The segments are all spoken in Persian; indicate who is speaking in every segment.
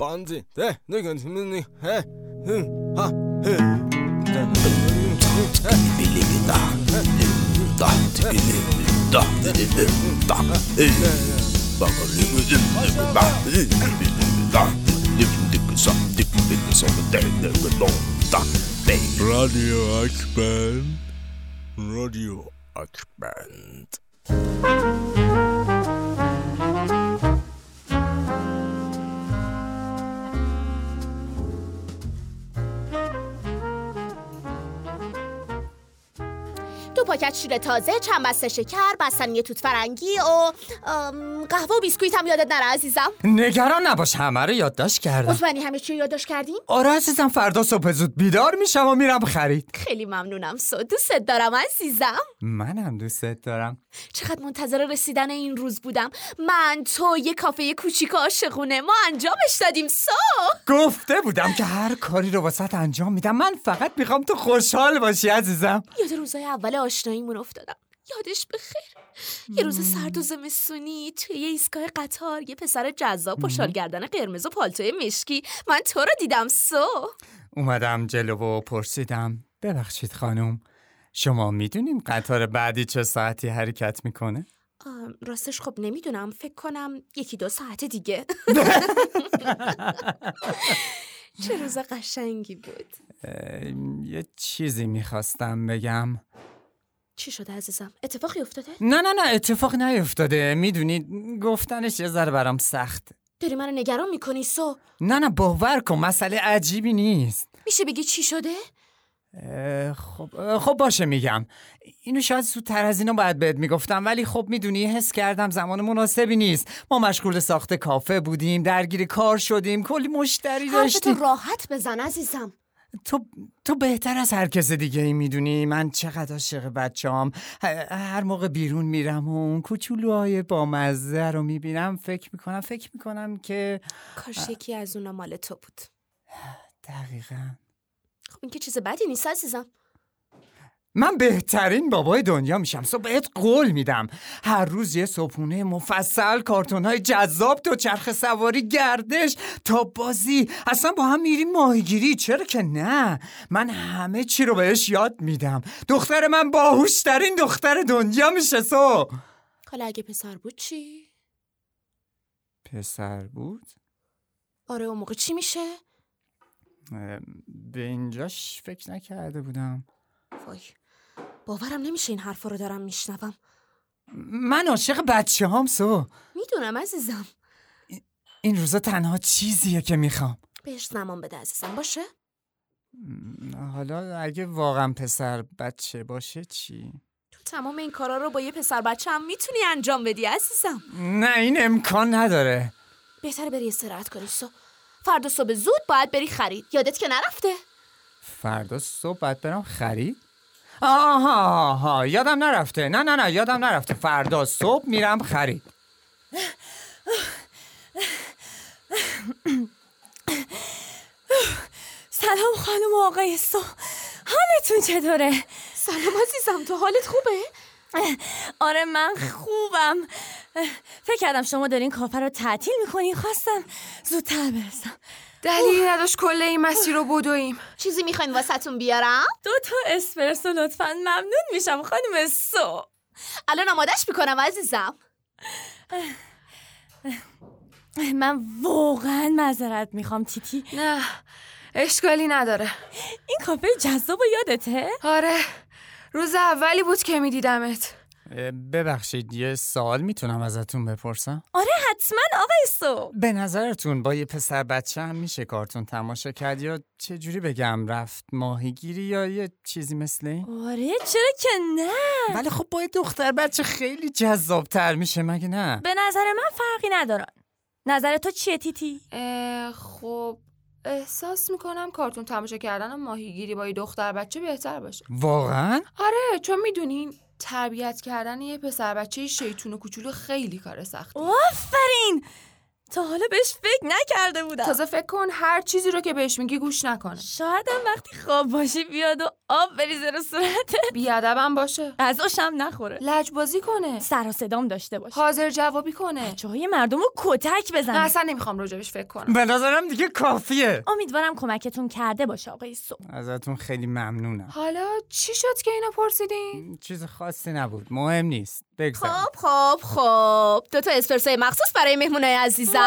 Speaker 1: 반지 네 내가 지민이 해흥하해
Speaker 2: Radio Akband. Radio Akband.
Speaker 3: دو پاکت شیر تازه چند بسته شکر بستنی توت فرنگی و ام، قهوه و بیسکویت هم یادت نره عزیزم
Speaker 4: نگران نباش همه رو یادداشت کردم
Speaker 3: مطمئنی همه چی رو یادداشت کردیم
Speaker 4: آره عزیزم فردا صبح زود بیدار میشم و میرم خرید
Speaker 3: خیلی ممنونم سو دوستت دارم عزیزم
Speaker 4: منم دوستت دارم
Speaker 3: چقدر منتظر رسیدن این روز بودم من تو یه کافه کوچیک و عاشقونه ما انجامش دادیم سو
Speaker 4: گفته بودم که هر کاری رو واسط انجام میدم من فقط میخوام تو خوشحال باشی عزیزم
Speaker 3: یاد روزای اول آشناییمون افتادم یادش بخیر یه روز سرد و زمستونی توی یه ایستگاه قطار یه پسر جذاب با شالگردن قرمز و پالتوی مشکی من تو رو دیدم سو
Speaker 4: اومدم جلو و پرسیدم ببخشید خانم شما میدونین قطار بعدی چه ساعتی حرکت میکنه؟
Speaker 3: آم، راستش خب نمیدونم فکر کنم یکی دو ساعت دیگه چه روز قشنگی بود
Speaker 4: یه چیزی میخواستم بگم
Speaker 3: چی شده عزیزم اتفاقی افتاده
Speaker 4: نه نه نه اتفاق نیفتاده میدونید گفتنش یه ذره برام سخت
Speaker 3: داری منو نگران میکنی سو
Speaker 4: نه نه باور کن مسئله عجیبی نیست
Speaker 3: میشه بگی چی شده
Speaker 4: اه، خب اه، خب باشه میگم اینو شاید زودتر از اینو باید بهت میگفتم ولی خب میدونی حس کردم زمان مناسبی نیست ما مشغول ساخت کافه بودیم درگیر کار شدیم کلی مشتری
Speaker 3: حرفتو
Speaker 4: داشتیم
Speaker 3: راحت بزن عزیزم
Speaker 4: تو تو بهتر از هر کس دیگه ای میدونی من چقدر عاشق بچه‌ام ه- هر موقع بیرون میرم و اون کوچولوهای با مزه رو میبینم فکر میکنم فکر میکنم که
Speaker 3: کاش یکی از اونا مال تو بود
Speaker 4: دقیقا
Speaker 3: خب این که چیز بدی نیست عزیزم
Speaker 4: من بهترین بابای دنیا میشم صبح بهت قول میدم هر روز یه صبحونه مفصل کارتون های جذاب تو چرخ سواری گردش تا بازی اصلا با هم میریم ماهیگیری چرا که نه من همه چی رو بهش یاد میدم دختر من باهوشترین دختر دنیا میشه سو
Speaker 3: حالا اگه پسر بود چی
Speaker 4: پسر بود
Speaker 3: آره اون موقع چی میشه
Speaker 4: به اینجاش فکر نکرده بودم
Speaker 3: وای باورم نمیشه این حرفا رو دارم میشنوم
Speaker 4: من عاشق بچه هام سو
Speaker 3: میدونم عزیزم
Speaker 4: این روزا تنها چیزیه که میخوام
Speaker 3: بهش زمان بده عزیزم باشه
Speaker 4: حالا اگه واقعا پسر بچه باشه چی؟
Speaker 3: تو تمام این کارا رو با یه پسر بچه هم میتونی انجام بدی عزیزم
Speaker 4: نه این امکان نداره
Speaker 3: بهتره بری استراحت کنی سو فردا صبح زود باید بری خرید یادت که نرفته
Speaker 4: فردا صبح باید برم خرید؟ آها آها یادم نرفته نه نه نه یادم نرفته فردا صبح میرم خرید
Speaker 5: سلام خانم و آقای سو حالتون چطوره؟
Speaker 3: سلام عزیزم تو حالت خوبه
Speaker 5: آره من خوبم فکر کردم شما دارین کافه رو تعطیل میکنین خواستم زودتر برسم
Speaker 6: دلیلی نداشت کل این مسیر رو بدویم
Speaker 3: چیزی میخواین واسهتون بیارم
Speaker 5: دو تا اسپرسو لطفا ممنون میشم خانم سو
Speaker 3: الان آمادش میکنم عزیزم
Speaker 5: من واقعا معذرت میخوام تیتی
Speaker 6: نه اشکالی نداره
Speaker 5: این کافه جذاب و یادته؟
Speaker 6: آره روز اولی بود که میدیدمت
Speaker 4: اه، ببخشید یه سوال میتونم ازتون بپرسم
Speaker 5: آره حتما آقای سو
Speaker 4: به نظرتون با یه پسر بچه هم میشه کارتون تماشا کرد یا چه جوری بگم رفت ماهیگیری یا یه چیزی مثل این
Speaker 5: آره چرا که نه
Speaker 4: ولی خب با یه دختر بچه خیلی جذابتر میشه مگه نه
Speaker 5: به نظر من فرقی ندارن نظر تو چیه تیتی؟
Speaker 6: اه، خب احساس میکنم کارتون تماشا کردن و ماهیگیری با یه دختر بچه بهتر باشه
Speaker 4: واقعا
Speaker 6: آره چون میدونین تربیت کردن یه پسر بچه شیطون و کوچولو خیلی کار سخته
Speaker 5: آفرین تا حالا بهش فکر نکرده بودم
Speaker 6: تازه فکر کن هر چیزی رو که بهش میگی گوش نکنه
Speaker 5: شاید هم وقتی خواب باشی بیاد و آب بریزه رو صورت
Speaker 6: بیادبم باشه
Speaker 5: غذاشم نخوره
Speaker 6: لجبازی کنه
Speaker 5: سر و صدام داشته باشه
Speaker 6: حاضر جوابی کنه
Speaker 5: جای مردم رو کتک
Speaker 6: نه
Speaker 5: بزنه
Speaker 6: اصلا نمیخوام راجبش فکر کنم
Speaker 4: به نظرم دیگه کافیه
Speaker 5: امیدوارم کمکتون کرده باشه آقای سو
Speaker 4: ازتون خیلی ممنونم
Speaker 6: حالا چی شد که اینو پرسیدین؟
Speaker 4: چیز خاصی نبود مهم نیست بگذارم
Speaker 3: خب خب خب دو تا اسپرسوی مخصوص برای مهمونای عزیزم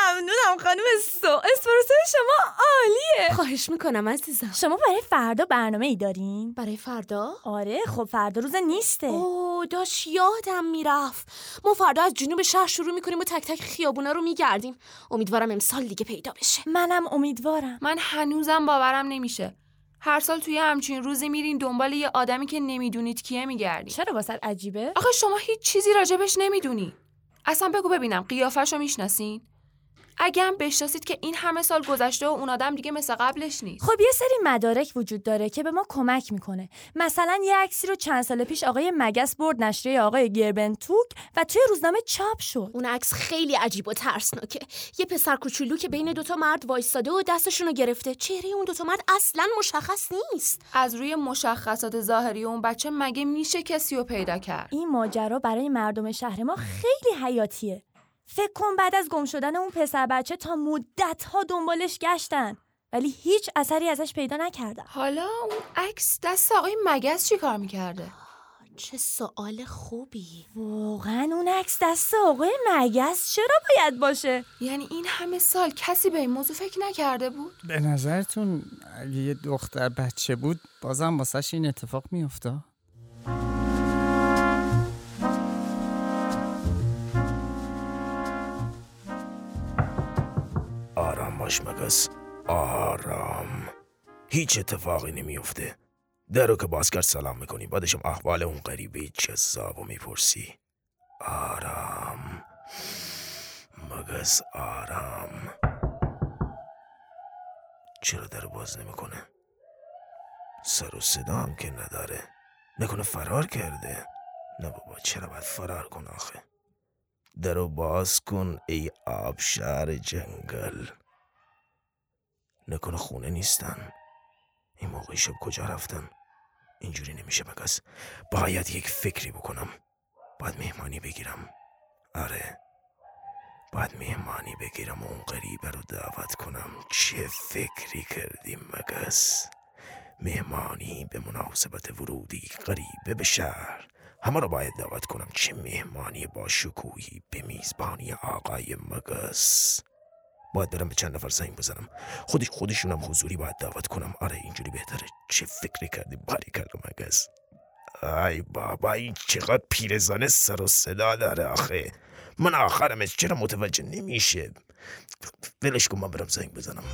Speaker 5: ممنونم خانم سو اسپرسو شما عالیه
Speaker 3: خواهش میکنم عزیزم
Speaker 5: شما برای فردا برنامه ای دارین؟
Speaker 3: برای فردا
Speaker 5: آره خب فردا روز نیسته
Speaker 3: اوه داشت یادم میرفت ما فردا از جنوب شهر شروع میکنیم و تک تک خیابونا رو میگردیم امیدوارم امسال دیگه پیدا بشه
Speaker 5: منم امیدوارم
Speaker 6: من هنوزم باورم نمیشه هر سال توی همچین روزی میرین دنبال یه آدمی که نمیدونید کیه میگردین
Speaker 5: چرا واسه عجیبه؟
Speaker 6: آخه شما هیچ چیزی راجبش نمیدونی اصلا بگو ببینم قیافش رو میشناسین اگه هم بشناسید که این همه سال گذشته و اون آدم دیگه مثل قبلش نیست
Speaker 5: خب یه سری مدارک وجود داره که به ما کمک میکنه مثلا یه عکسی رو چند سال پیش آقای مگس برد نشریه آقای گربنتوک و توی روزنامه چاپ شد
Speaker 3: اون عکس خیلی عجیب و ترسناکه یه پسر کوچولو که بین دوتا مرد وایستاده و دستشون رو گرفته چهره اون دوتا مرد اصلا مشخص نیست
Speaker 6: از روی مشخصات ظاهری اون بچه مگه میشه کسی رو پیدا کرد
Speaker 5: این ماجرا برای مردم شهر ما خیلی حیاتیه فکر کن بعد از گم شدن اون پسر بچه تا مدت ها دنبالش گشتن ولی هیچ اثری ازش پیدا نکردن
Speaker 6: حالا اون عکس دست آقای مگس چی کار میکرده
Speaker 3: چه سوال خوبی
Speaker 5: واقعا اون عکس دست آقای مگس چرا باید باشه
Speaker 6: یعنی این همه سال کسی به این موضوع فکر نکرده بود
Speaker 4: به نظرتون اگه یه دختر بچه بود بازم واسش این اتفاق میافته
Speaker 2: آرام باش مگس آرام هیچ اتفاقی نمیفته در رو که باز کرد سلام میکنی بعدشم احوال اون غریبه جذاب و میپرسی آرام مگس آرام چرا در رو باز نمیکنه سر و صدا هم که نداره نکنه فرار کرده نه بابا چرا باید فرار کن آخه درو باز کن ای آبشار جنگل نکنه خونه نیستن این موقع شب کجا رفتن اینجوری نمیشه مگس باید یک فکری بکنم باید مهمانی بگیرم آره باید مهمانی بگیرم و اون غریبه رو دعوت کنم چه فکری کردیم مگس مهمانی به مناسبت ورودی غریبه به شهر همه را باید دعوت کنم چه مهمانی با شکوهی به میزبانی آقای مگس باید برم به چند نفر زنگ بزنم خودش خودشونم حضوری باید دعوت کنم آره اینجوری بهتره چه فکری کردی باری کردم مگس ای بابا این چقدر پیرزانه سر و صدا داره آخه من آخرمش چرا متوجه نمیشه ولش کن من برم زنگ بزنم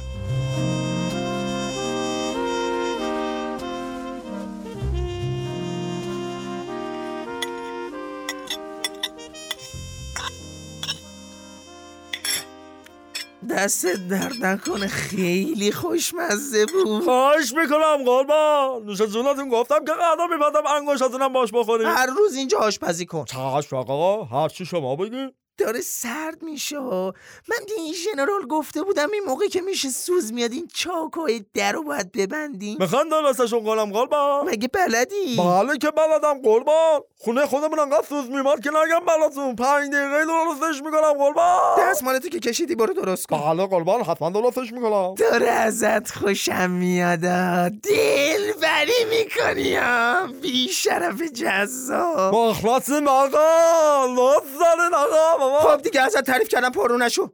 Speaker 7: دستت درد نکنه خیلی خوشمزه بود
Speaker 8: خواهش میکنم قربان نوش جونتون گفتم که قدر میبندم انگشتتونم باش بخوریم
Speaker 7: هر روز اینجا آشپزی کن
Speaker 8: چشم آقا هرچی شما بگی
Speaker 7: داره سرد میشه ها. من به این ژنرال گفته بودم این موقع که میشه سوز میاد این چاکای در رو باید ببندیم
Speaker 8: میخوان درستشون کنم قربان
Speaker 7: مگه بلدی
Speaker 8: بله که بلدم قربان خونه خودمون انقدر سوز میمار که نگم بلاتون پنج دقیقه درستش میکنم قربان
Speaker 7: دستمالتو که کشیدی برو درست کن
Speaker 8: بله قربان حتما درستش میکنم
Speaker 7: داره ازت خوشم میاد ها. دلبری میکنی ها بیشرف جذاب
Speaker 8: مخلصیم آقا لطف دارین آقا بابا
Speaker 7: خب دیگه ازت تعریف کردم پرو نشو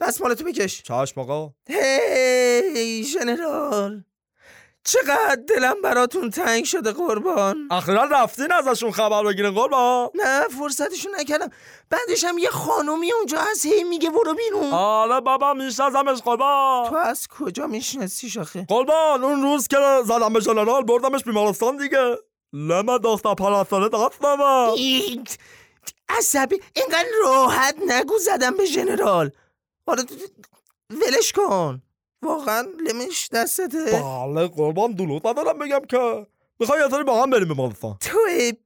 Speaker 7: دستمالتو بکش
Speaker 8: چشم آقا
Speaker 7: هی ژنرال چقدر دلم براتون تنگ شده قربان
Speaker 8: اخیرا رفتین ازشون خبر بگیرین قربان
Speaker 7: نه فرصتشون نکردم بعدش هم یه خانومی اونجا هست هی میگه برو بیرون
Speaker 8: آره بابا میشناسمش قربان
Speaker 7: تو از کجا میشناسیش آخه
Speaker 8: قربان اون روز که زدم به جنرال بردمش بیمارستان دیگه لما دختر پرستاره دست نبا
Speaker 7: ایت. عصبی اینقدر راحت نگو زدم به آره، ژنرال حالا تو- ولش کن واقعا لمش دستته
Speaker 8: بله قربان دلوت ندارم بگم که میخوای یه سری با هم بریم بیمارستان
Speaker 7: تو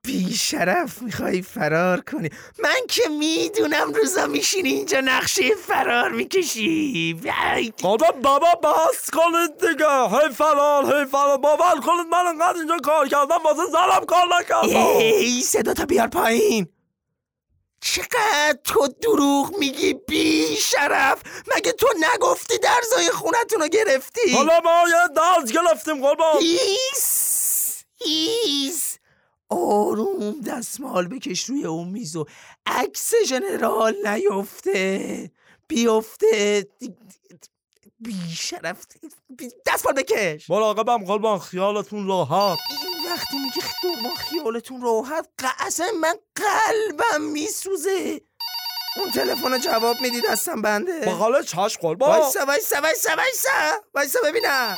Speaker 7: بیشرف میخوای فرار کنی من که میدونم روزا میشینی اینجا نقشه فرار میکشی وای.
Speaker 4: خب،
Speaker 8: خدا بابا بس کنید دیگه هی فرار هی فرار باور کنید من انقدر اینجا کار کردم واسه زنم کار نکردم
Speaker 7: ای صدا تا بیار پایین چقدر تو دروغ میگی بیشرف مگه تو نگفتی درزای خونتون رو گرفتی
Speaker 8: حالا ما یه درس گرفتیم قربان
Speaker 7: ایس ایس آروم دستمال بکش روی اون میز و عکس جنرال نیفته بیفته بیشرف دستمال بکش
Speaker 8: مراقبم قربان خیالتون راحت
Speaker 7: این وقتی میگه دوما خیالتون راحت ق- اصلا من قلبم میسوزه اون تلفن رو جواب میدی دستم بنده
Speaker 8: بقاله چشم قربان
Speaker 7: وایسا وایسا وایسا وایسا وایسا ببینم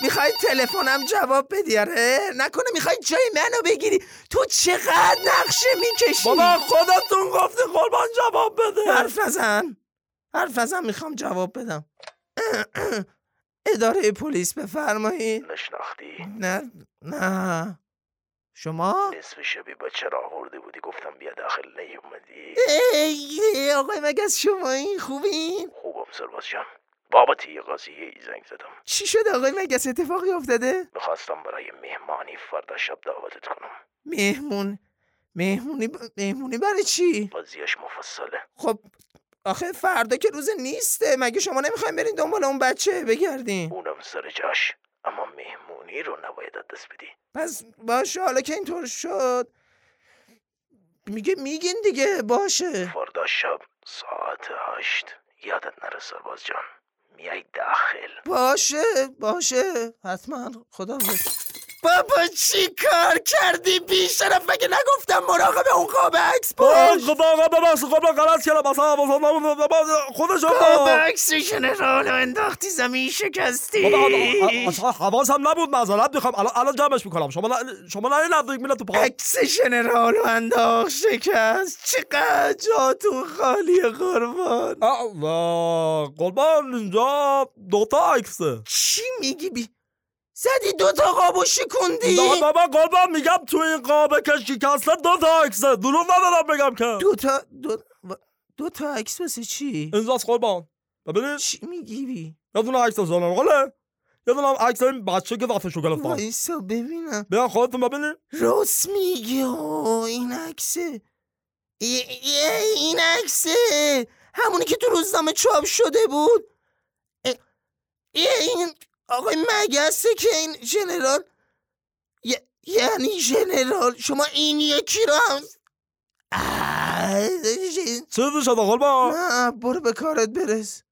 Speaker 7: میخوای تلفنم جواب بدی آره نکنه میخوای جای منو بگیری تو چقدر نقشه میکشی
Speaker 8: بابا خودتون گفتی قربان جواب بده
Speaker 7: حرف نزن حرف نزن میخوام جواب بدم اداره پلیس بفرمایید
Speaker 2: نشناختی
Speaker 7: نه نه شما
Speaker 2: نصف شبی با چرا آورده بودی گفتم بیا داخل نیومدی
Speaker 7: ای ای، آقای مگس شما این خوبین
Speaker 2: خوبم سرباز جان بابت یه قضیه ای زنگ زدم
Speaker 7: چی شده آقای مگس اتفاقی افتاده
Speaker 2: میخواستم برای مهمانی فردا شب دعوتت کنم
Speaker 7: مهمون مهمونی ب... مهمونی برای چی
Speaker 2: قضیهش مفصله
Speaker 7: خب آخه فردا که روز نیسته مگه شما نمیخوایم برین دنبال اون بچه بگردین
Speaker 2: اونم سر جاش اما مهمونی رو نباید از دست بدی
Speaker 7: پس باشه حالا که اینطور شد میگه میگین دیگه باشه
Speaker 2: فردا شب ساعت هشت یادت نره سرباز جان میای داخل
Speaker 7: باشه باشه حتما خدا بابا چی کار کردی بیشرف مگه نگفتم مراقب اون قاب عکس باش
Speaker 8: قربان ببخشید قربان غلط کردم اصلا حواسم خودش
Speaker 4: خب.
Speaker 7: تو بکس جنرال رو انداختی زمین شکستی
Speaker 8: اصلا حواسم نبود معذرت میخوام الان الان جمعش میکنم شما نه- شما نه نزدیک میلا تو پا
Speaker 7: عکس جنرال رو انداخت شکست چقدر جاتون خالی قربان
Speaker 8: آه، و- قربان اینجا دوتا عکسه
Speaker 7: چی میگی بی زدی دوتا قابو شکوندی
Speaker 8: نه، بابا قربان میگم تو این قابه که شکسته دوتا عکسه دروغ ندارم بگم که
Speaker 7: دوتا دو... و- دوتا عکس واسه چی
Speaker 8: اینجاست قربان ببینید
Speaker 7: چی میگی بی
Speaker 8: یه دونه عکس زانو قله یه دونه هم عکس این بچه که دستشو گرفتم
Speaker 7: وایسا ببینم
Speaker 8: بیان خودتون ببینید
Speaker 7: راست میگه آه، این عکسه ای- ای- این عکسه همونی که تو روزنامه چاپ شده بود ای- ای، این آقای مگسته که این جنرال ی- یعنی جنرال شما این یکی رو هم اه،
Speaker 8: چیزی شده قربان
Speaker 7: نه برو به کارت برس